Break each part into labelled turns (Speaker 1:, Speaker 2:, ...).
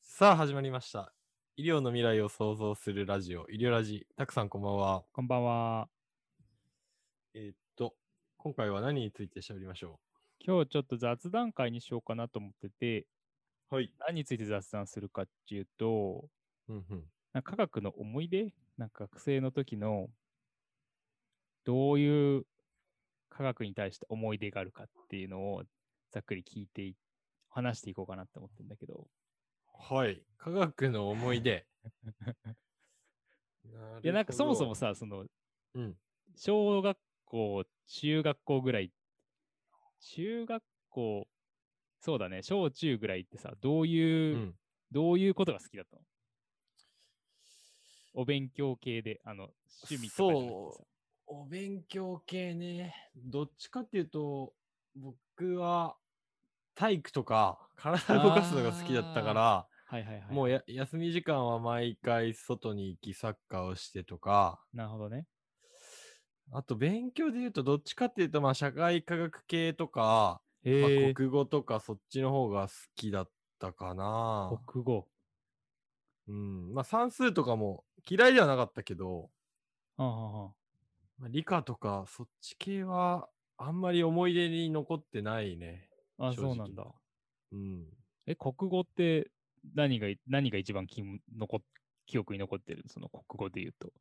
Speaker 1: さあ始まりました。医療の未来を想像するラジオ、医療ラジ。たくさんこんばんは。
Speaker 2: こんばんは。
Speaker 1: えーっと、今回は何について喋りましょ
Speaker 2: 今日ちょっと雑談会にしようかなと思ってて、
Speaker 1: うはい。
Speaker 2: 何について雑談するかっていうと、
Speaker 1: うんうん。
Speaker 2: なんか科学の思い出なんか学生の時の、どういう科学に対して思い出があるかっていうのをざっくり聞いてい、話していこうかなと思ってるんだけど。
Speaker 1: はい。科学の思い 出。
Speaker 2: いや、なんかそもそも
Speaker 1: さ、
Speaker 2: さ、その、
Speaker 1: うん。
Speaker 2: 小学校、中学校ぐらい、中学校、そうだね、小中ぐらいってさ、どう
Speaker 1: う
Speaker 2: いう、
Speaker 1: ん。
Speaker 2: どういうことが好きだったのお勉強系で、あの、趣味とかじゃなくてさ。
Speaker 1: お勉強系ね。どっちかっていうと、僕は体育とか体動かすのが好きだったから、
Speaker 2: はいはいはい。
Speaker 1: もうや休み時間は毎回外に行きサッカーをしてとか、
Speaker 2: なるほどね。
Speaker 1: あと勉強で言うとどっちかっていうとまあ社会科学系とか、まあ
Speaker 2: えー、
Speaker 1: 国語とかそっちの方が好きだったかな。
Speaker 2: 国語。
Speaker 1: うん。まあ算数とかも嫌いではなかったけど、
Speaker 2: はあはあはあ
Speaker 1: まあ理科とかそっち系はあんまり思い出に残ってないね。
Speaker 2: あ、
Speaker 1: 正直
Speaker 2: そうなんだ。
Speaker 1: うん。
Speaker 2: え、国語って何が、何が一番記残っ記憶に残ってるその国語で言うと。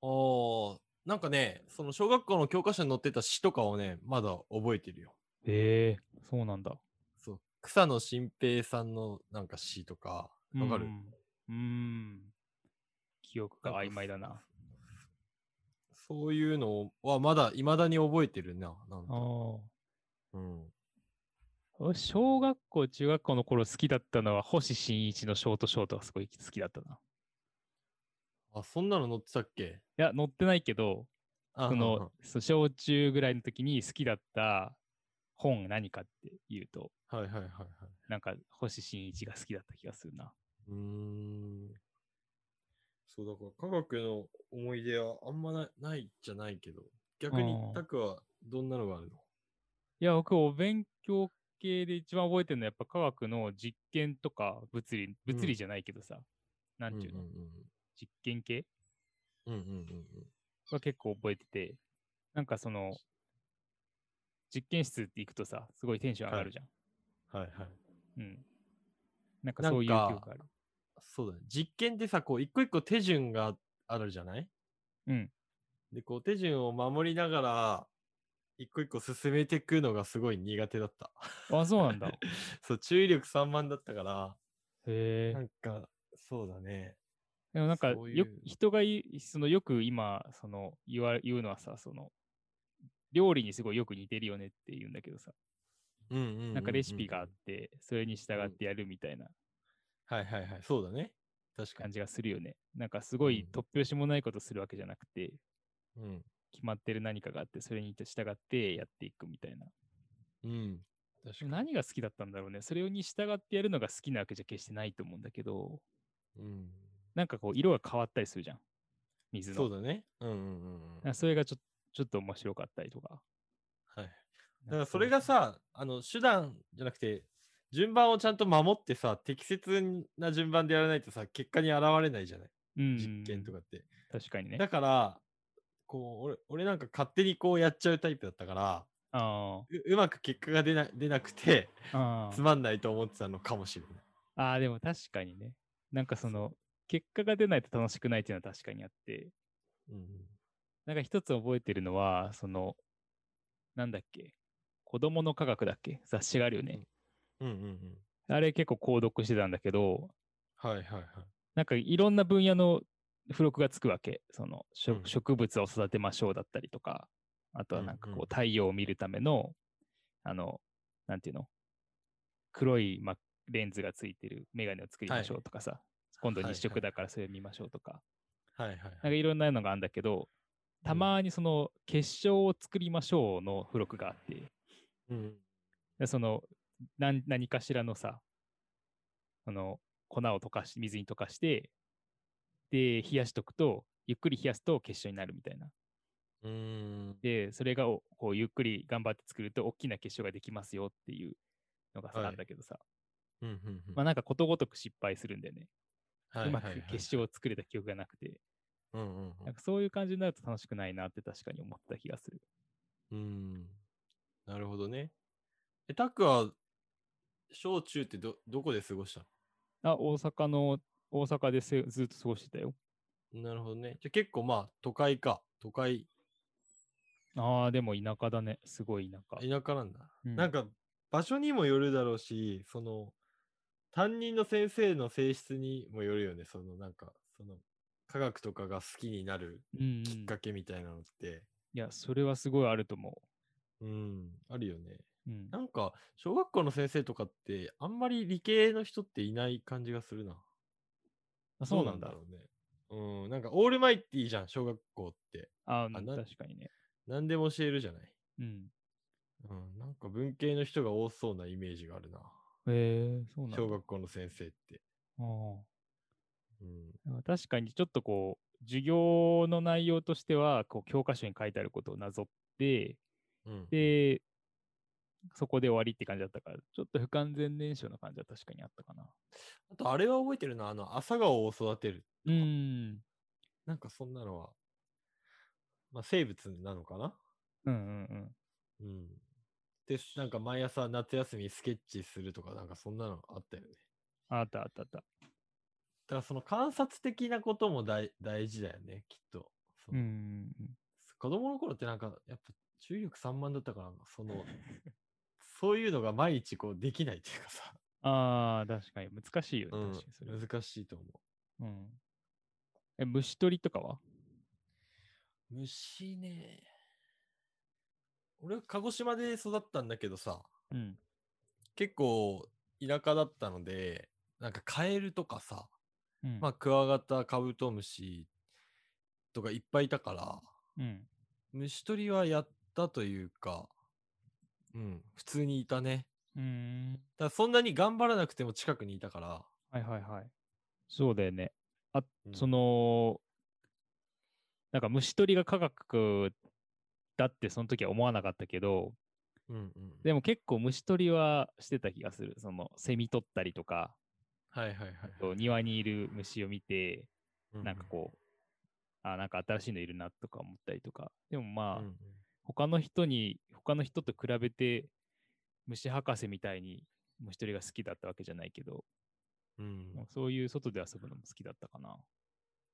Speaker 1: ああ、なんかね、その小学校の教科書に載ってた詩とかをね、まだ覚えてるよ。
Speaker 2: ええそうなんだ。
Speaker 1: そう。草野新平さんのなんか詩とか、わかる、
Speaker 2: うん。うーん記憶が曖昧だな。
Speaker 1: そういうのはまだ未だに覚えてるな。なん
Speaker 2: あ
Speaker 1: か
Speaker 2: ー
Speaker 1: うん、
Speaker 2: 俺小学校、中学校の頃好きだったのは、星新一のショートショートがすごい好きだったな。
Speaker 1: あ、そんなの載ってたっけ
Speaker 2: いや、乗ってないけど、
Speaker 1: あ
Speaker 2: そ
Speaker 1: うんうん
Speaker 2: の、そう小中ぐらいの時に好きだった本何かっていうと、
Speaker 1: はいはいはいはい。
Speaker 2: なんか星新一が好きだった気がするな。
Speaker 1: うーん。そうだから科学の思い出はあんまなないじゃないけど、逆に
Speaker 2: あー
Speaker 1: タクはどんなのがあるの
Speaker 2: いや、僕、お勉強系で一番覚えてるのは、やっぱ科学の実験とか、物理、物理じゃないけどさ、なんていうの、
Speaker 1: うん
Speaker 2: 実験系
Speaker 1: うんうん。うんうんうん
Speaker 2: は結構覚えてて、なんかその、実験室って行くとさ、すごいテンション上がるじゃん。
Speaker 1: うん。はいはい。
Speaker 2: うん。なんか
Speaker 1: なん
Speaker 2: そういう記
Speaker 1: か
Speaker 2: 憶がある。
Speaker 1: そうだね。実験ってさ、こう、一個一個手順があるじゃない
Speaker 2: うん。
Speaker 1: で、こう、手順を守りながら、一個一個進めていくのがすごい苦手だった。
Speaker 2: あ、そうなんだ。へ
Speaker 1: そう、注意力散漫だったから、
Speaker 2: え
Speaker 1: な。んか、そうだね。
Speaker 2: でもなんか
Speaker 1: そう
Speaker 2: よ
Speaker 1: いう
Speaker 2: 人がいそのよく今その言わ言うのはさその料理にすごいよく似てるよねって言うんだけどさ、
Speaker 1: うんうんうう
Speaker 2: なんかレシピがあっ。てそれに従
Speaker 1: う
Speaker 2: っ
Speaker 1: ん
Speaker 2: てやるみたいな
Speaker 1: はいはいはい。そうだね。確か
Speaker 2: 感
Speaker 1: に。
Speaker 2: じがするよね、なんかすごい
Speaker 1: うん
Speaker 2: 突拍子もないことするわけじゃなくて
Speaker 1: うん。
Speaker 2: 決まってる何かがあってそれに従ってやっていくみたいな
Speaker 1: うん。確
Speaker 2: で
Speaker 1: か
Speaker 2: も
Speaker 1: に。
Speaker 2: 何が好きだったんだろうねそれに従ってやるのが好きなわけじゃ決してないと思うんだけど
Speaker 1: うん。
Speaker 2: なんかこう色が変わったりするじゃん水の
Speaker 1: そうだね。うんうんうんうん。
Speaker 2: なんかそれがちょちょっと面白かったりとか
Speaker 1: はい。
Speaker 2: だ
Speaker 1: だからそれがさ、あの、手段じゃなくて、順番をちゃんと守ってさ、適切な順番でやらないとさ、結果に現れないじゃない実験と
Speaker 2: か
Speaker 1: かって。
Speaker 2: 確かにね
Speaker 1: だから、こう、俺、俺なんか勝手にこうやっちゃうタイプだったから、
Speaker 2: あ
Speaker 1: ううまく結果が出な出なくて、
Speaker 2: ああ
Speaker 1: つ
Speaker 2: あ
Speaker 1: まんないと思ってたのかもしれない。
Speaker 2: ああでも確かにねなんかその結果が出ないと楽しくないっていうのは確かにあって
Speaker 1: うんうん、
Speaker 2: なんか一つ覚えてるのはそのなんだっけ子供の科学だっけ雑誌があるよね、
Speaker 1: うんうんうん。
Speaker 2: あれ結構購読してたんだけど
Speaker 1: はいはいはい。
Speaker 2: なんかいろんな分野の付録がつくわけその植
Speaker 1: うん
Speaker 2: 植物を育てましょうだったりとかあとはなんか
Speaker 1: うんう
Speaker 2: こ
Speaker 1: ん
Speaker 2: う太陽を見るためのあのなんていうの黒い、ま、レンズがついてる眼鏡を作りましょうとかさ、今度
Speaker 1: はい
Speaker 2: 日
Speaker 1: は
Speaker 2: 食
Speaker 1: い
Speaker 2: だからそれを見ましょうとか、
Speaker 1: はいはい
Speaker 2: いなんかいろんなのがあるんだけどたまにその結晶を作りましょうの付録があって
Speaker 1: うん。
Speaker 2: でその何何かしらのさあの粉を溶かし水に溶かしてで冷やしとくとゆっくり冷やすと結晶になるみたいな
Speaker 1: うーん。
Speaker 2: でそれがおこうゆっくり頑張って作ると大きな結晶ができますよっていうのがさ、
Speaker 1: はい
Speaker 2: あんだけどさ
Speaker 1: うんうんうん
Speaker 2: まあなんかことごとく失敗するんだよね。
Speaker 1: はいう
Speaker 2: ま
Speaker 1: は
Speaker 2: く
Speaker 1: いはい
Speaker 2: 決勝を作れた記憶がなくて、
Speaker 1: うんうん
Speaker 2: なんかそういう感じになると楽しくないなって確かに思った気がする。
Speaker 1: うんうんなるほどね。え、タックは、小中ってど、どこで過ごした
Speaker 2: あ、大阪の、大阪でせずっと過ごしてたよ。
Speaker 1: のなるほどね。じゃあ結構まあ、都会か。都会、
Speaker 2: ああ、でも田舎だね。すごい田舎
Speaker 1: 田。舎なんだ。
Speaker 2: うん
Speaker 1: なんか、場所にもよるだろうし、その、担任の先生の性質にもよるよね。その、なんか、その、科学とかが好きになる
Speaker 2: うんうん、
Speaker 1: きっ
Speaker 2: い
Speaker 1: かけみたいなのって、
Speaker 2: や、それはすごいあると思
Speaker 1: うん、あるよね。
Speaker 2: う。うん
Speaker 1: な、んか、小学校の先生とかって、あんまり理系の人っていない感じがするな。
Speaker 2: あ
Speaker 1: そうなんだろうね。うん、なんかオールマイティじゃん、小学校って。
Speaker 2: あー、
Speaker 1: あ
Speaker 2: うん
Speaker 1: な
Speaker 2: 確かにね。
Speaker 1: 何でも教えるじゃない。
Speaker 2: うん。
Speaker 1: うん、なんか文系の人が多そうなイメージがあるな。
Speaker 2: へえそうなんだ。
Speaker 1: 小学校の先生って。うん、
Speaker 2: あー確かにちょっとこう、授業の内容としては、こう、教科書に書いてあることをなぞって、
Speaker 1: うん、
Speaker 2: で、そこで終わりって感じだったから、ちょっと不完全燃焼の感じは確かにあったかな。
Speaker 1: あと、あれは覚えてるな。あの、朝顔を育てる。
Speaker 2: うん。
Speaker 1: なんかそんなのは、まあ、生物なのかな
Speaker 2: うんうんうん。
Speaker 1: うん。で、なんか毎朝夏休みスケッチするとか、なんかそんなのあったよね。
Speaker 2: あったあったあった。
Speaker 1: だからその観察的なことも大大事だよね、きっと。そ
Speaker 2: うん
Speaker 1: の
Speaker 2: うん
Speaker 1: 子供の頃ってなんか、やっぱ注意力散漫だったから、その、そういうのが毎日こうできないというかさ、
Speaker 2: うん。ああ、確かに難しいよね。確かにそれは
Speaker 1: うん、難しいと思
Speaker 2: うん。え、虫取りとかは
Speaker 1: う。虫ね。俺は鹿児島で育ったんだけどさ、
Speaker 2: うん。
Speaker 1: 結構田舎だったので、なんかカエルとかさ、
Speaker 2: うん。
Speaker 1: まあクワガタ、カブトムシとかいっぱいいたから、
Speaker 2: うん。
Speaker 1: 虫取りはやったというか、うん、普通にいたね。
Speaker 2: うーん。
Speaker 1: だからそんなに頑張らなくても近くにいたから、
Speaker 2: はいはいはい。そうだよね。あ、
Speaker 1: うん
Speaker 2: その、なんか虫取りが科学だってその時は思わなかったけど、
Speaker 1: うんうん、
Speaker 2: でも結構虫取りはしてた気がする。その、セミ取ったりとか、
Speaker 1: はいはいはいはい。
Speaker 2: と庭にいる虫を見て、
Speaker 1: う
Speaker 2: なんかこう、あ、なんか新しいのいるなとか思ったりとか。でも
Speaker 1: う
Speaker 2: まあ、
Speaker 1: んうん
Speaker 2: 他の人に他の人と比べて虫博士みたいに虫取りが好きだったわけじゃないけど、
Speaker 1: うん
Speaker 2: まあそういう外で遊ぶのも好きだったかな。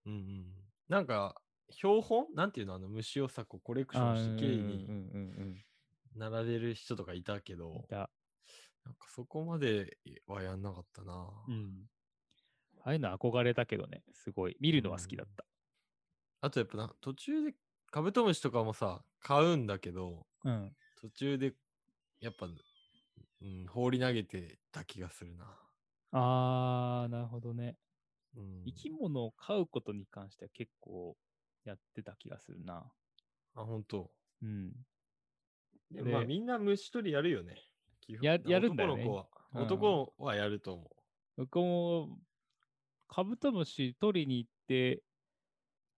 Speaker 1: うんうん、なんか標本なんていうのあの虫をさこうコレクションして綺麗
Speaker 2: うん
Speaker 1: に
Speaker 2: うんうん
Speaker 1: 並べる人とかいたけ
Speaker 2: うん。い
Speaker 1: ど、
Speaker 2: た。
Speaker 1: なんかそこまではやんなかったな。
Speaker 2: うん。ああいうの憧れたけどね、すごい。見るのは好きだった。
Speaker 1: あとやっぱな途中でカブトムシとかもさ買うんだけど
Speaker 2: うん。
Speaker 1: 途中でやっぱ、うん、放り投げてた気がするな。
Speaker 2: あー、なるほどね。
Speaker 1: うん、
Speaker 2: 生き物を飼うことに関しては結構やってた気がするな。
Speaker 1: あ本当。
Speaker 2: うん。
Speaker 1: でもまあ
Speaker 2: で
Speaker 1: みんな虫取りやるよね。基本
Speaker 2: ややるんだよね
Speaker 1: 男の子
Speaker 2: う
Speaker 1: は
Speaker 2: ん
Speaker 1: 男はやると思う。
Speaker 2: 僕もカブトムシ取りに行って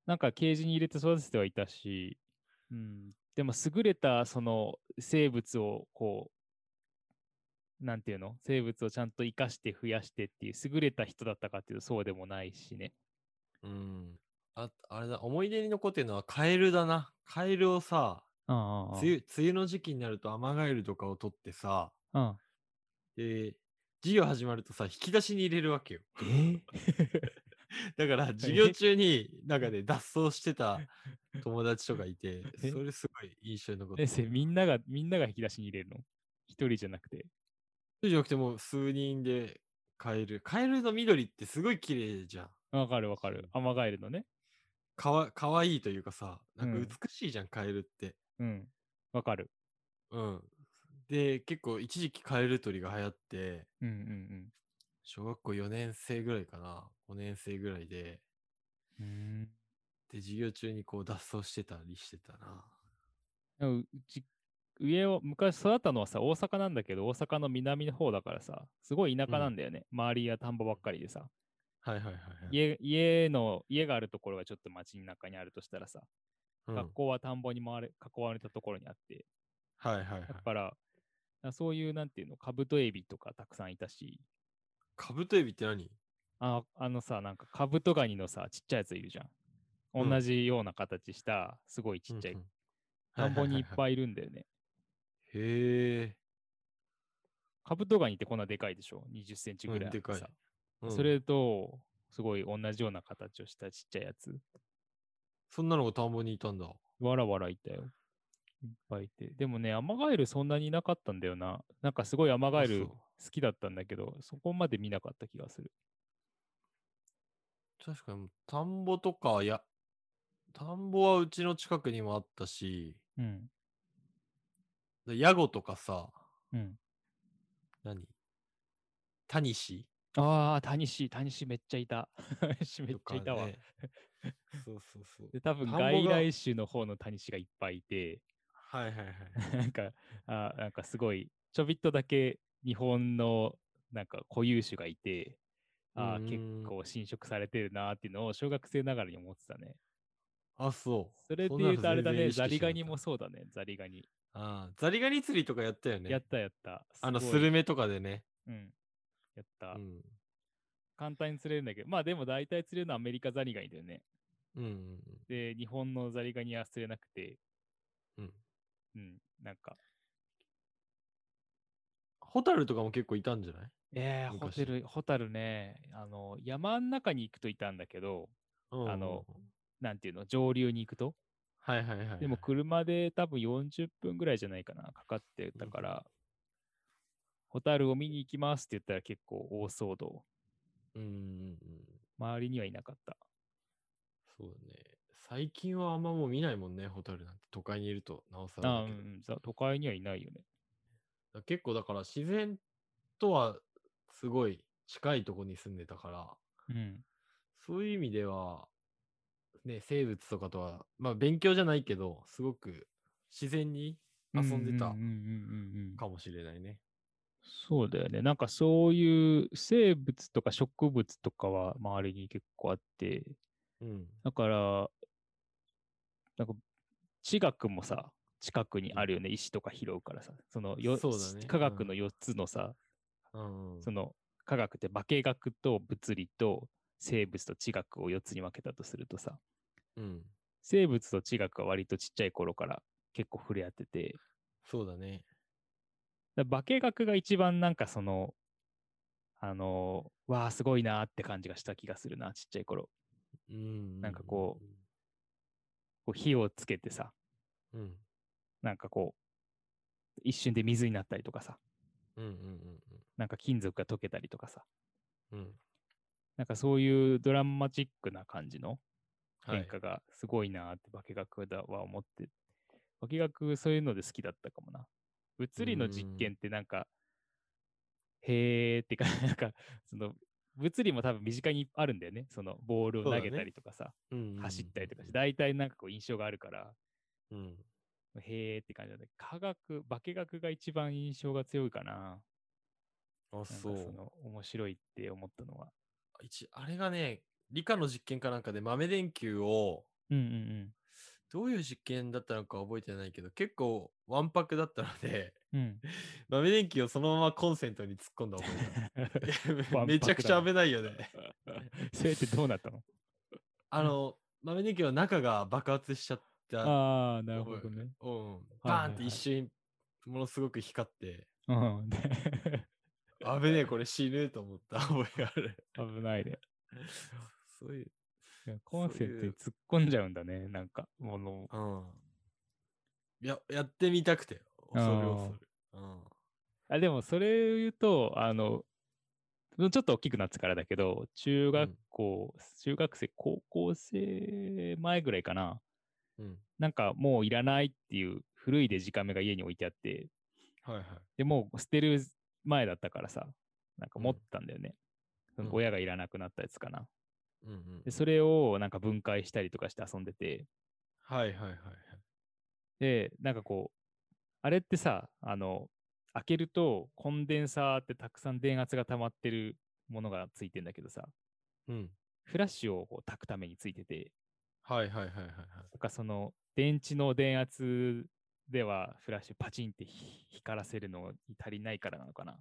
Speaker 2: なんかケージに入れて育ててはいたし、うん、でも優れたその生物をこうなんていうの生物をちゃんと生かして増やしてっていう優れた人だったかっていうとそうでもないしね
Speaker 1: うん。あ、あれだ、思い出に残ってるのはカエルだな。カエルをさ、
Speaker 2: あ
Speaker 1: 梅雨、梅雨の時期になるとアマガエルとかを取ってさ、
Speaker 2: あ
Speaker 1: で、授業始まるとさ、引き出しに入れるわけよ。
Speaker 2: え
Speaker 1: だから、授業中に、なんかね、脱走してた友達とかいて、
Speaker 2: え
Speaker 1: それすごい印象に残って
Speaker 2: 先
Speaker 1: る。
Speaker 2: 生みんながみんなが引き出しに入れるの一人じゃなくて
Speaker 1: 一人じゃなくてもう数人でカエル。カエルの緑ってすごい綺麗じゃん。
Speaker 2: わかるわかるアマガエルのね
Speaker 1: かわ、かわいいというかさ、なん
Speaker 2: うん
Speaker 1: か美しいじゃん、カエルって。
Speaker 2: うんわかる
Speaker 1: うん。で、結構一時期カエル取りが流行って、
Speaker 2: うんうん
Speaker 1: 小学校4年生ぐらいかな、5年生ぐらいで、
Speaker 2: うんうん
Speaker 1: で、授業中にこう脱走してたりしてたな。
Speaker 2: でもうち上を昔育ったのはさ大阪なんだけど大阪の南の方だからさすごい田舎なんだよね、周りが田んぼばっかりでさ
Speaker 1: はいはいはい、はい。
Speaker 2: 家家の家があるところがちょっと町の中にあるとしたらさ、
Speaker 1: うん、はい
Speaker 2: 学校は田んぼに回れ囲われたところにあって
Speaker 1: はいはい。
Speaker 2: だから、そういうなんていうのカブトエビとかたくさんいたし
Speaker 1: カブトエビって何
Speaker 2: ああのさ、なんかカブトガニのさ、ちっちゃいやついるじゃ
Speaker 1: うん
Speaker 2: ん。同じような形した、すごいちっちゃい。田んぼにいっ
Speaker 1: い。
Speaker 2: ぱいいるんだよね。
Speaker 1: へえ。
Speaker 2: カブトガニってこんなでかいでしょ ?20 センチぐらいあ
Speaker 1: うんで
Speaker 2: って
Speaker 1: かい
Speaker 2: さ。
Speaker 1: うん
Speaker 2: それと、すごい同じような形をしたちっちゃいやつ。
Speaker 1: そんなのが田んぼにいたんだ。
Speaker 2: わらわらいたよ。いっぱいいて。でもね、アマガエルそんなにいなかったんだよな。なんかすごいアマガエ
Speaker 1: あ
Speaker 2: ル
Speaker 1: そ
Speaker 2: 好きだったんだけど、そこまで見なかった気がする。
Speaker 1: 確かに、田んぼとか、いや、田んぼはうちの近くにもあったし、
Speaker 2: うん。
Speaker 1: でヤゴとかさ、
Speaker 2: うん。
Speaker 1: 何タニシ
Speaker 2: ああ、タニシ、タニシめっちゃいた。 タニシめっちゃいたわ。
Speaker 1: とかね そうそうそう。
Speaker 2: で、多分
Speaker 1: 田んぼが
Speaker 2: 外来種の方のタニシがいっぱいいて、
Speaker 1: はいはいはい。
Speaker 2: なんか、あーなんかすごい、ちょびっとだけ日本のなんか固有種がいて、あ
Speaker 1: う
Speaker 2: ー
Speaker 1: ーん
Speaker 2: 結構侵食されてるなーっていうのを小学生ながらに思ってたね。
Speaker 1: あ、そう。
Speaker 2: それで
Speaker 1: んな
Speaker 2: 言
Speaker 1: の
Speaker 2: うとあれだ
Speaker 1: 全然
Speaker 2: ね、
Speaker 1: 意識
Speaker 2: ザリガニ
Speaker 1: しなか
Speaker 2: も
Speaker 1: った
Speaker 2: そうだね、ザリガニ。
Speaker 1: ああ、ザリガニ釣りとかやったよね。
Speaker 2: やったやった。
Speaker 1: あの、
Speaker 2: す
Speaker 1: ス
Speaker 2: ごい
Speaker 1: ルメとかでね。
Speaker 2: うん。やった。
Speaker 1: うん。
Speaker 2: 簡単に釣れるんだけど、まあでも大体釣れるのはアメリカザリガニだよね。
Speaker 1: うんうん
Speaker 2: で、日本のザリガニは釣れなくて、
Speaker 1: うん。うん。
Speaker 2: うん、なんか、
Speaker 1: ホタルとかも結構いたんじゃない
Speaker 2: えー、ホ
Speaker 1: 昔
Speaker 2: テル、ホタルね、あの、山ん中に行くといたんだけど、
Speaker 1: うん
Speaker 2: あの、なんていうの、上流に行くと。
Speaker 1: はいはいはいはい。
Speaker 2: でも車で多分40分ぐらいじゃないかな、かかってたから、ホタルを見に行きますって言ったら結構大騒動。
Speaker 1: うんうんうん。
Speaker 2: 周りにはいなかった。
Speaker 1: そうだね。最近はあんまもう見ないもんね、ホタルなんて。都会にいると、なおさら
Speaker 2: あ
Speaker 1: だ
Speaker 2: う
Speaker 1: け
Speaker 2: ん
Speaker 1: ど。
Speaker 2: うんそう都会にはいないよね。
Speaker 1: だ結構だから自然とはすごい近いとこに住んでたから、
Speaker 2: うん。
Speaker 1: そういう意味では、ね、生物とかとは、まあ勉強じゃないけど、すごく自然に遊んで
Speaker 2: う
Speaker 1: た
Speaker 2: んうんうんうんうん
Speaker 1: かもしれないね。
Speaker 2: そうだよね。なんかそういう生物とか植物とかは周りに結構あって、
Speaker 1: うん。
Speaker 2: だから、なんか地学もさ、近くにあるよね。石とか拾うからさ。そのよ、
Speaker 1: そうだね
Speaker 2: 科学
Speaker 1: うん
Speaker 2: の4つのさ、
Speaker 1: うんうん
Speaker 2: その科学って化学と物理と生物と地学を4つに分けたとするとさ、
Speaker 1: うん。
Speaker 2: 生物と地学は割とちっちゃい頃から結構触れ合ってて、
Speaker 1: そうだね。
Speaker 2: だ化学が一番なんかその、あのーわあ、すごいなーって感じがした気がするな、ちっちゃい頃。
Speaker 1: うん。
Speaker 2: なんかここう火をつけてさ、
Speaker 1: うん。うん。
Speaker 2: なんかこう、一瞬で水になったりとかさ、
Speaker 1: うんうん
Speaker 2: なんか金属が溶けたりとかさ、
Speaker 1: うんうん。うん。
Speaker 2: なんかそういうドラマチックな感じの
Speaker 1: はい
Speaker 2: 変化がすごいなーって化学だは思って、化学そういうので好きだったかもな。物理の実
Speaker 1: うん
Speaker 2: 験ってなんか、へーってか、なんか、その、物理も多分身近にあるんだよね。そのボールを
Speaker 1: そうだ
Speaker 2: 投
Speaker 1: ね
Speaker 2: げたりとかさ、
Speaker 1: うんうんうん
Speaker 2: 走ったりとかして、大体なんかこう印象があるから、
Speaker 1: うん。
Speaker 2: へーって感じなんだけど、科学、化学が一番印象が強いかな。
Speaker 1: あ、
Speaker 2: なんか
Speaker 1: そ。
Speaker 2: そうの、面白いって思ったのは。
Speaker 1: 一あれがね、理科の実験かなんかで豆電球を、
Speaker 2: うんうんうん。
Speaker 1: どういう実験だったのか覚えてないけど、結構わんぱくだったので、
Speaker 2: うん。
Speaker 1: 豆電球をそのままコンセントに突っ込んだ覚えがある
Speaker 2: わんぱくだな
Speaker 1: めちゃくちゃ危ないよね。
Speaker 2: それってどうなったの
Speaker 1: あの、豆電球の中が爆発しちゃった。
Speaker 2: ああ、なるほどね。
Speaker 1: うん。
Speaker 2: はいはい
Speaker 1: バーンって一瞬、ものすごく光って、
Speaker 2: うん。
Speaker 1: 危ねえ、これ死ぬと思った覚えがあ る。
Speaker 2: 危ないね。
Speaker 1: そういう、
Speaker 2: いやコンセント
Speaker 1: いう
Speaker 2: に突っ込んじゃうんだね。なんか、もの。
Speaker 1: うん。いや、やってみたくて、恐る恐る。うん。
Speaker 2: あ、でもそれ言うと、あの、ちょっと大きくなってからだけど、中学校、中学生、高校生前ぐらいかな。
Speaker 1: うん。
Speaker 2: なんかもういらないっていう古いデジカメが家に置いてあって、
Speaker 1: はいはい。
Speaker 2: でもう捨てる前だったからさ、なんか
Speaker 1: うん
Speaker 2: 持ったんだよね。その
Speaker 1: うん
Speaker 2: 親がいらなくなったやつかな。
Speaker 1: うんうん
Speaker 2: で、。それをなんか分解したりとかして遊んでて、
Speaker 1: はいはいはいはい。
Speaker 2: で、なんかこう、あれってさ、あの、開けるとコンデンサーってたくさん電圧が溜まってるものがついてんだけどさ、
Speaker 1: うん。
Speaker 2: フラッシュをこう焚くためについてて、
Speaker 1: はいはいはいはいはい。
Speaker 2: なんかその電池の電圧ではフラッシュパチンってひ光らせるのに足りないからなのかな。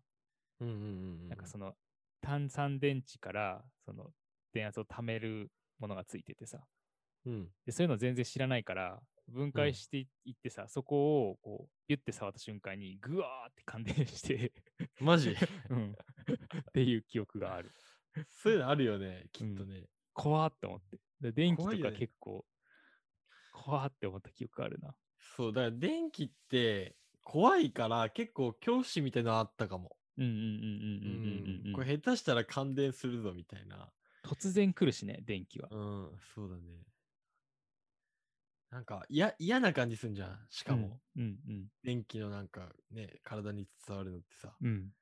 Speaker 1: うんうんうんうん。
Speaker 2: なんかその炭酸電池からその電圧を貯めるものがついててさ
Speaker 1: うん。
Speaker 2: でそういうの全然知らないから分
Speaker 1: うん
Speaker 2: 解していいってさ、そこをこうビュッて触った瞬間にグワーって感電して、
Speaker 1: マジ
Speaker 2: うん、っていう記憶がある
Speaker 1: そういうのあるよね、きっとね。
Speaker 2: 怖っと思ってで電気
Speaker 1: 怖い
Speaker 2: と
Speaker 1: よ
Speaker 2: か
Speaker 1: ね
Speaker 2: 結構怖っって思った記憶があるな
Speaker 1: そう、だから電気って怖いから結構恐怖心みたいなのあったかも。
Speaker 2: うんうん
Speaker 1: う
Speaker 2: うんうんうんうんうん
Speaker 1: これ下手したら感電するぞみたいな。
Speaker 2: 突然来るしね電気は
Speaker 1: うん、そうだね。なんか、いや、嫌な感じすんじゃん。しかも、
Speaker 2: うんうん
Speaker 1: 電気のなんかね、体に伝わるのってさ。
Speaker 2: うんうん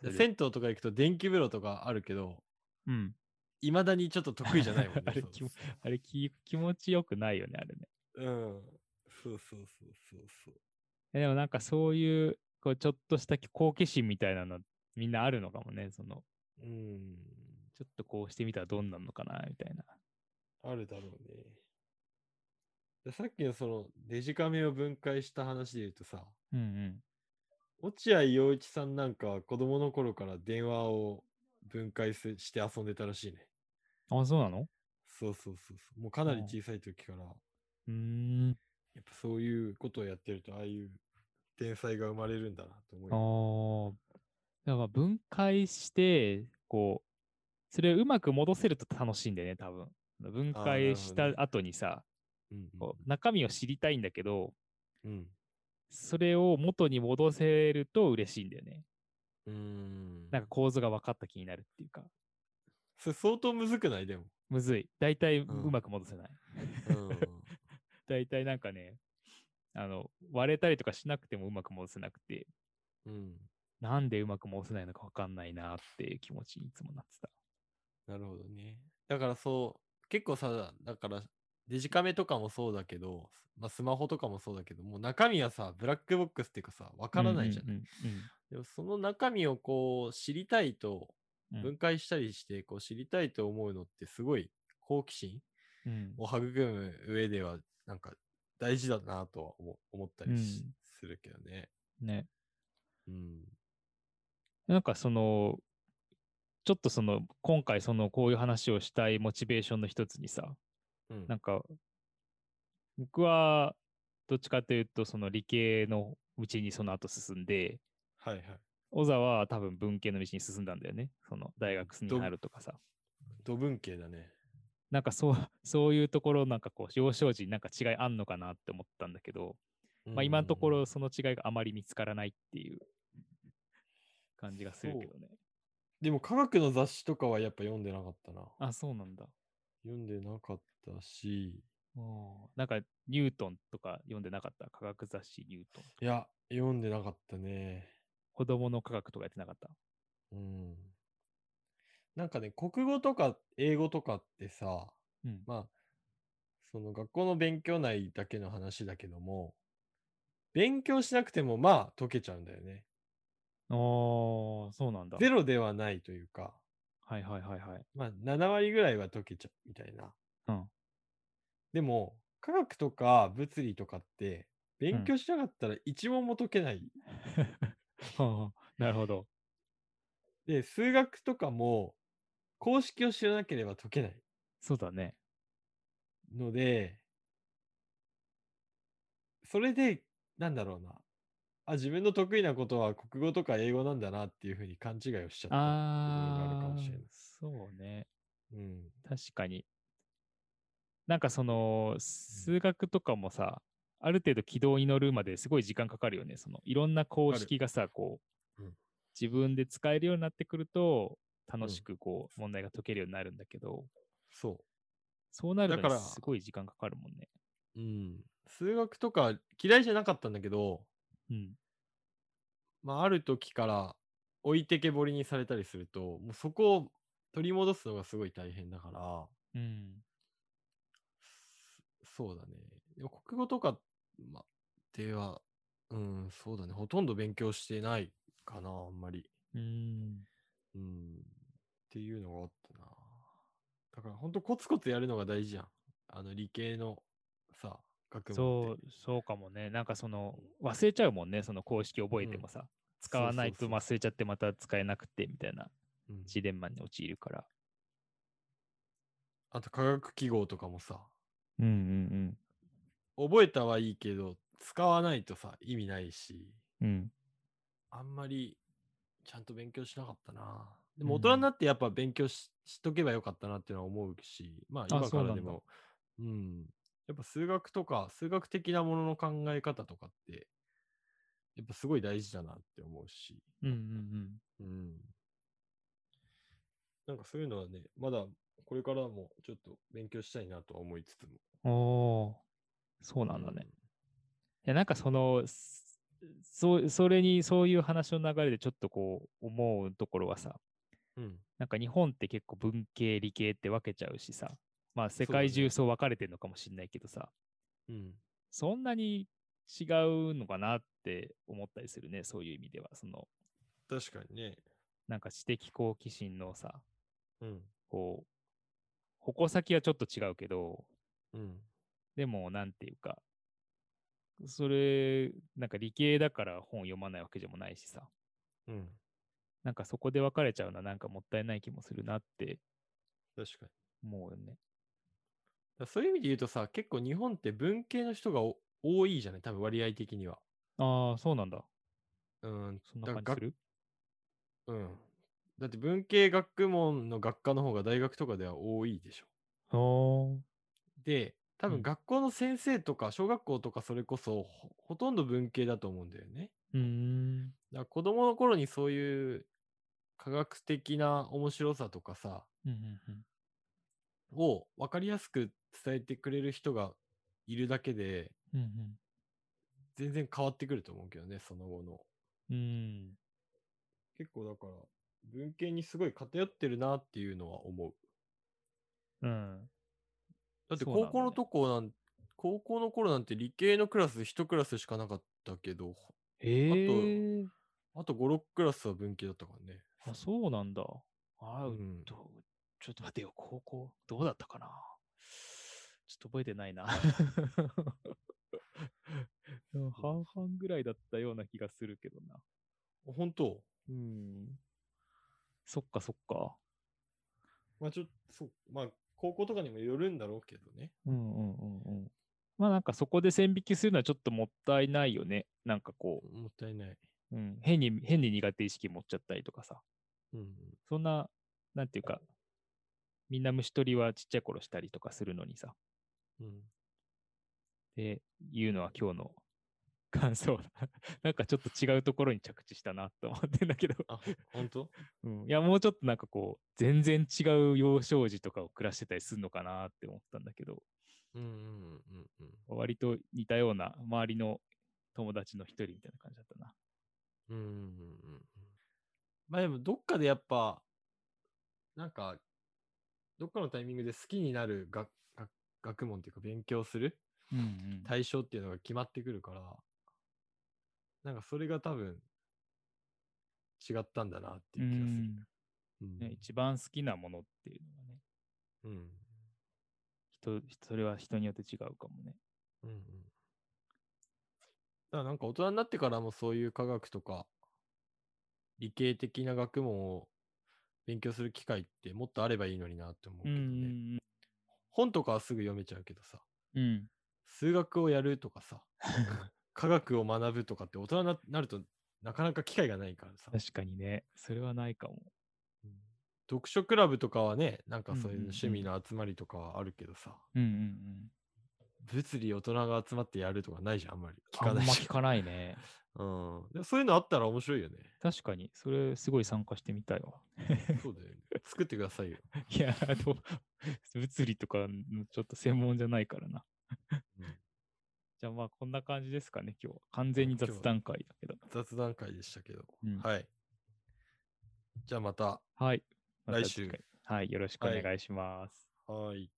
Speaker 1: で銭湯とか行くと電気風呂とかあるけど、
Speaker 2: うん
Speaker 1: いまだにちょっと得意じゃない もん
Speaker 2: あ
Speaker 1: ね。
Speaker 2: れ
Speaker 1: そう
Speaker 2: 気もあれ気気持ちよくないよねあれね
Speaker 1: うん。そうそうそうそうそう。
Speaker 2: えでもなんかそういうこうちょっとした好奇心みたいなのみんなあるのかもねその
Speaker 1: うん。
Speaker 2: ちょっとこうしてみたらどんなのかなみたいな
Speaker 1: あるだろうね。でさっきのそのデジカメを分解した話で言うとさ、
Speaker 2: うんうん
Speaker 1: 落合陽一さんなんかは子供の頃から電話を分解すして遊んでたらしいね。
Speaker 2: あそうなの
Speaker 1: そうそうそうそう。もうかなり
Speaker 2: うん
Speaker 1: 小さい時から、
Speaker 2: うーん
Speaker 1: やっぱそういうことをやってると、ああいう天才が生まれるんだなと思い
Speaker 2: あーだから分解してこうそれをうまく戻せると楽しいんだよね多分
Speaker 1: あーな
Speaker 2: 分
Speaker 1: るほど
Speaker 2: 解した
Speaker 1: ね
Speaker 2: 後にさ、
Speaker 1: うんうん
Speaker 2: こう中身を知りたいんだけど
Speaker 1: うん。
Speaker 2: それを元に戻せると嬉しいんだよね
Speaker 1: うーん。
Speaker 2: なんか構図が分かった気になるっていうか
Speaker 1: それ相当むずくないでも。
Speaker 2: むずい大体うんまく戻せない、
Speaker 1: うん。
Speaker 2: 大体なんかね、あの、割れたりとかしなくてもうまく戻せなくて、
Speaker 1: うん。
Speaker 2: なんでうまく戻せないのかわかんないなっていう気持ちにいつもなってた。
Speaker 1: なるほどね。だからそう、結構さ、だから、デジカメとかもそうだけど、まあ、スマホとかもそうだけど、もう中身はさ、ブラックボックスっていうかさ、わからないじゃん。
Speaker 2: うんうん
Speaker 1: でもその中身をこう知りたいと、
Speaker 2: うん
Speaker 1: 分解したりして、こう知りたいと思うのってすごい好奇心
Speaker 2: うんうん
Speaker 1: を育む上では、なんか大事だなとは思思ったりし
Speaker 2: うん
Speaker 1: するけどね。
Speaker 2: ね。
Speaker 1: うん。
Speaker 2: なんかその、ちょっとその、今回その、こういう話をしたいモチベーションの一つにさ、
Speaker 1: うん。
Speaker 2: なんか、僕は、どっちかというと、その理系の道にその後進んで、
Speaker 1: はいはい。
Speaker 2: 小沢は多分文系の道に進んだんだよね。その大学に
Speaker 1: ど
Speaker 2: なるとかさ。
Speaker 1: 土文系だね。
Speaker 2: なんかそう、そういうところ、なんかこう、幼少時になんか違いあんのかなって思ったんだけど、まあ今のとこ
Speaker 1: うん
Speaker 2: ろその違いがあまり見つからないっていう感じがするけどね。
Speaker 1: でも科学の雑誌とかはやっぱ読んでなかったな。
Speaker 2: あ、そうなんだ。
Speaker 1: 読んでなかったし、
Speaker 2: おーなんかニュートンとか読んでなかった科学雑誌ニュートン。
Speaker 1: いや、読んでなかったね。
Speaker 2: 子供の科学とかやってなかった。
Speaker 1: うん。なんかね、国語とか英語とかってさ、
Speaker 2: うん。
Speaker 1: まあ、その学校の勉強内だけの話だけども、勉強しなくてもまあ解けちゃうんだよね。
Speaker 2: おーそうなんだ。
Speaker 1: ゼロではないというか、
Speaker 2: はいはいはいはい。
Speaker 1: まあ7割ぐらいは解けちゃうみたいな。
Speaker 2: うん
Speaker 1: でも、科学とか物理とかって、
Speaker 2: う
Speaker 1: 勉
Speaker 2: ん
Speaker 1: 強しなかったら一問も解けない。
Speaker 2: はあ なるほど。
Speaker 1: で、数学とかも、公式を知らなければ解けない
Speaker 2: そうだね。
Speaker 1: ので、それで、なんだろうな。あ、自分の得意なことは国語とか英語なんだなっていうふうに勘違いをしちゃった部分があるか
Speaker 2: あ
Speaker 1: も
Speaker 2: ー
Speaker 1: しれない。
Speaker 2: そうね。
Speaker 1: うん。
Speaker 2: 確かに。なんかその数学とかもさ、ある程度軌道に乗るまですごい時間かかるよね。そのいろんな公式がさ、こう、
Speaker 1: うん
Speaker 2: 自分で使えるようになってくると、楽し
Speaker 1: うん
Speaker 2: くこう、問題が解けるようになるんだけど、
Speaker 1: そ
Speaker 2: そうなる
Speaker 1: だ
Speaker 2: の
Speaker 1: か
Speaker 2: に
Speaker 1: ら
Speaker 2: すごい時間かかるもんね。
Speaker 1: う。うん。数学とか嫌いじゃなかったんだけど、
Speaker 2: うん。
Speaker 1: まあ、ある時から置いてけぼりにされたりすると、もうそこを取り戻すのがすごい大変だから、
Speaker 2: うん。
Speaker 1: すそうだね。でも国語とか、ま、では、うん、そうだね。ほとんど勉強してないかな、あんまり。
Speaker 2: うん。
Speaker 1: うん。っていうのがあったな。だから、ほんとコツコツやるのが大事じゃん。あの、理系のさ、学問
Speaker 2: そ
Speaker 1: っ
Speaker 2: う
Speaker 1: て。、
Speaker 2: そうかもね。なんかその、忘れちゃうもんね。その公式覚えてもさ、使わない
Speaker 1: そう
Speaker 2: と
Speaker 1: そうそう
Speaker 2: 忘れちゃってまた使えなくてみたい
Speaker 1: う
Speaker 2: な。
Speaker 1: ん
Speaker 2: ジレンマに陥るから。
Speaker 1: あと科学記号とかもさ、
Speaker 2: うんうん
Speaker 1: 覚えたはいいけど、使わないとさ、意味ないし、
Speaker 2: うん。うん。
Speaker 1: あんまりちゃんと勉強しなかったな。でも
Speaker 2: う
Speaker 1: 大人
Speaker 2: ん
Speaker 1: になってやっぱ勉強ししとけばよかったなっていうのは思うし、まあ今
Speaker 2: そ
Speaker 1: か
Speaker 2: うな
Speaker 1: ら
Speaker 2: ん
Speaker 1: で
Speaker 2: だ
Speaker 1: も、うんやっぱ数学とか、数学的なものの考え方とかって、やっぱすごい大事だなって思うし、
Speaker 2: うんうんうん。
Speaker 1: うん。なんかそういうのはね、まだこれからもちょっと勉強したいなとは思いつつも。
Speaker 2: おーそうなんだね。いや、なんかその、すそうそれに、そういう話の流れでちょっとこう思うところはさ、
Speaker 1: うん。うん。
Speaker 2: なんか日本って結構文系、理系って分けちゃうしさ、まあ世界
Speaker 1: そうだ
Speaker 2: 中
Speaker 1: ね
Speaker 2: そう分かれてるのかもしれないけどさ、
Speaker 1: うん。
Speaker 2: そんなに違うのかなって思ったりするね、そういう意味では。その、
Speaker 1: 確かにね。
Speaker 2: なんか知的好奇心のさ、
Speaker 1: うん。
Speaker 2: こう、矛先はちょっと違うけど、
Speaker 1: うん。
Speaker 2: でも、なんていうか、それ、なんか理系だから本読まないわけでもないしさ、
Speaker 1: うん。
Speaker 2: なんかそこで分かれちゃうのはなんかもったいない気もするなって
Speaker 1: 確かに。
Speaker 2: 思うよね。
Speaker 1: だそういう意味で言うとさ、結構日本って文系の人がお多いじゃない多分割合的には。
Speaker 2: ああ、そうなんだ。
Speaker 1: うん。
Speaker 2: そん
Speaker 1: だか
Speaker 2: な
Speaker 1: ら
Speaker 2: 感じする
Speaker 1: うん。だって文系学問の学科の方が大学とかでは多いでしょ。
Speaker 2: あー
Speaker 1: で、多
Speaker 2: うん
Speaker 1: 分学校の先生とか小学校とかそれこそほほとんど文系だと思うんだよね。
Speaker 2: うーん。
Speaker 1: だから子供の頃にそういう科学的な面白さとかさ、
Speaker 2: うんうんうん
Speaker 1: を分かりやすく伝えてくれる人がいるだけで、
Speaker 2: うん
Speaker 1: 全然変わってくると思うけどね、その後の。
Speaker 2: うん。うん。
Speaker 1: 結構だから、文系にすごい偏ってるなっていうのは思う。
Speaker 2: うん。
Speaker 1: だって
Speaker 2: そうなんだ
Speaker 1: 高校
Speaker 2: ね
Speaker 1: のとこなん、高校の頃なんて理系のクラス1クラスしかなかったけど、
Speaker 2: え
Speaker 1: ーあと5、6クラスは文系だったからね。
Speaker 2: あ、そうなんだ。ああ、う
Speaker 1: うん
Speaker 2: どうちょっと待ってよ、高校、どうだったかなちょっと覚えてない な。でも半々ぐらいだったような気がするけどな。
Speaker 1: 本当
Speaker 2: うん。そっかそっか。
Speaker 1: まあちょっと、そう、まあ高校とかにもよるんだろうけどね。
Speaker 2: うんうんうんうん。まあなんかそこで線引きするのはちょっともったいないよね。なんかこ
Speaker 1: もったいない。
Speaker 2: う、うん、変に、変に苦手意識持っちゃったりとかさ。
Speaker 1: うん。
Speaker 2: そんな、なんていうか、みんな虫取りはちっちゃい頃したりとかするのにさ。
Speaker 1: うん。
Speaker 2: っていうのは今日の感想だ。 なんかちょっと違うところに着地したなと思ってんだけど、
Speaker 1: あ、ほ本当
Speaker 2: うん、いやもうちょっとなんかこう全然違う幼少時とかを暮らしてたりするのかなって思ったんだけど
Speaker 1: うんうんうんうん
Speaker 2: 割と似たような周りの友達の一人みたいな感じだったな。
Speaker 1: うん。うんうんうんうん。まあでもどっかでやっぱ、なんか、どっかのタイミングで好きになる学学学問っていうか勉強する
Speaker 2: うん
Speaker 1: 対象っていうのが決まってくるから、なんかそれが多分違ったんだなって
Speaker 2: う
Speaker 1: いう気がする
Speaker 2: ん。
Speaker 1: うん
Speaker 2: ね、一番好きなものっていうのがね
Speaker 1: うん
Speaker 2: 人それは人によって違うかもね。
Speaker 1: うんうんだからなんか大人になってからもそういう科学とか理系的な学問を勉強する機会ってもっとあればいいのになって思うけどね。本とかはすぐ読めちゃうけどさ、
Speaker 2: うんうん
Speaker 1: 数学をやるとか さ、科学を学ぶとかって大人にななるとなかなか機会がないからさ、
Speaker 2: 確かにねそれはないかも。
Speaker 1: うん読書クラブとかはね、なんかそういう
Speaker 2: うんうんうん
Speaker 1: 趣味の集まりとかはあるけどさ、
Speaker 2: うんうんうん。
Speaker 1: 物理大人が集まってやるとかないじゃん、あんまり。聞
Speaker 2: あ
Speaker 1: か
Speaker 2: んま
Speaker 1: ないし
Speaker 2: 聞かないね。
Speaker 1: うん、でもそういうのあったら面白いよね。
Speaker 2: 確かに、それすごい参加してみたいわ。
Speaker 1: そうだよね。作ってくださいよ。
Speaker 2: いや、あの、物理とかのちょっと専門じゃないからな。
Speaker 1: うん
Speaker 2: じゃあまあこんな感じですかね、今日は。完全に
Speaker 1: 今日
Speaker 2: 雑
Speaker 1: は
Speaker 2: 談会だけど。
Speaker 1: 雑談会でしたけど。
Speaker 2: うん
Speaker 1: はい。じゃあまた。
Speaker 2: はい。また
Speaker 1: 来
Speaker 2: 次
Speaker 1: 週
Speaker 2: 回はい、よろしくお
Speaker 1: はい
Speaker 2: 願いします。
Speaker 1: はい。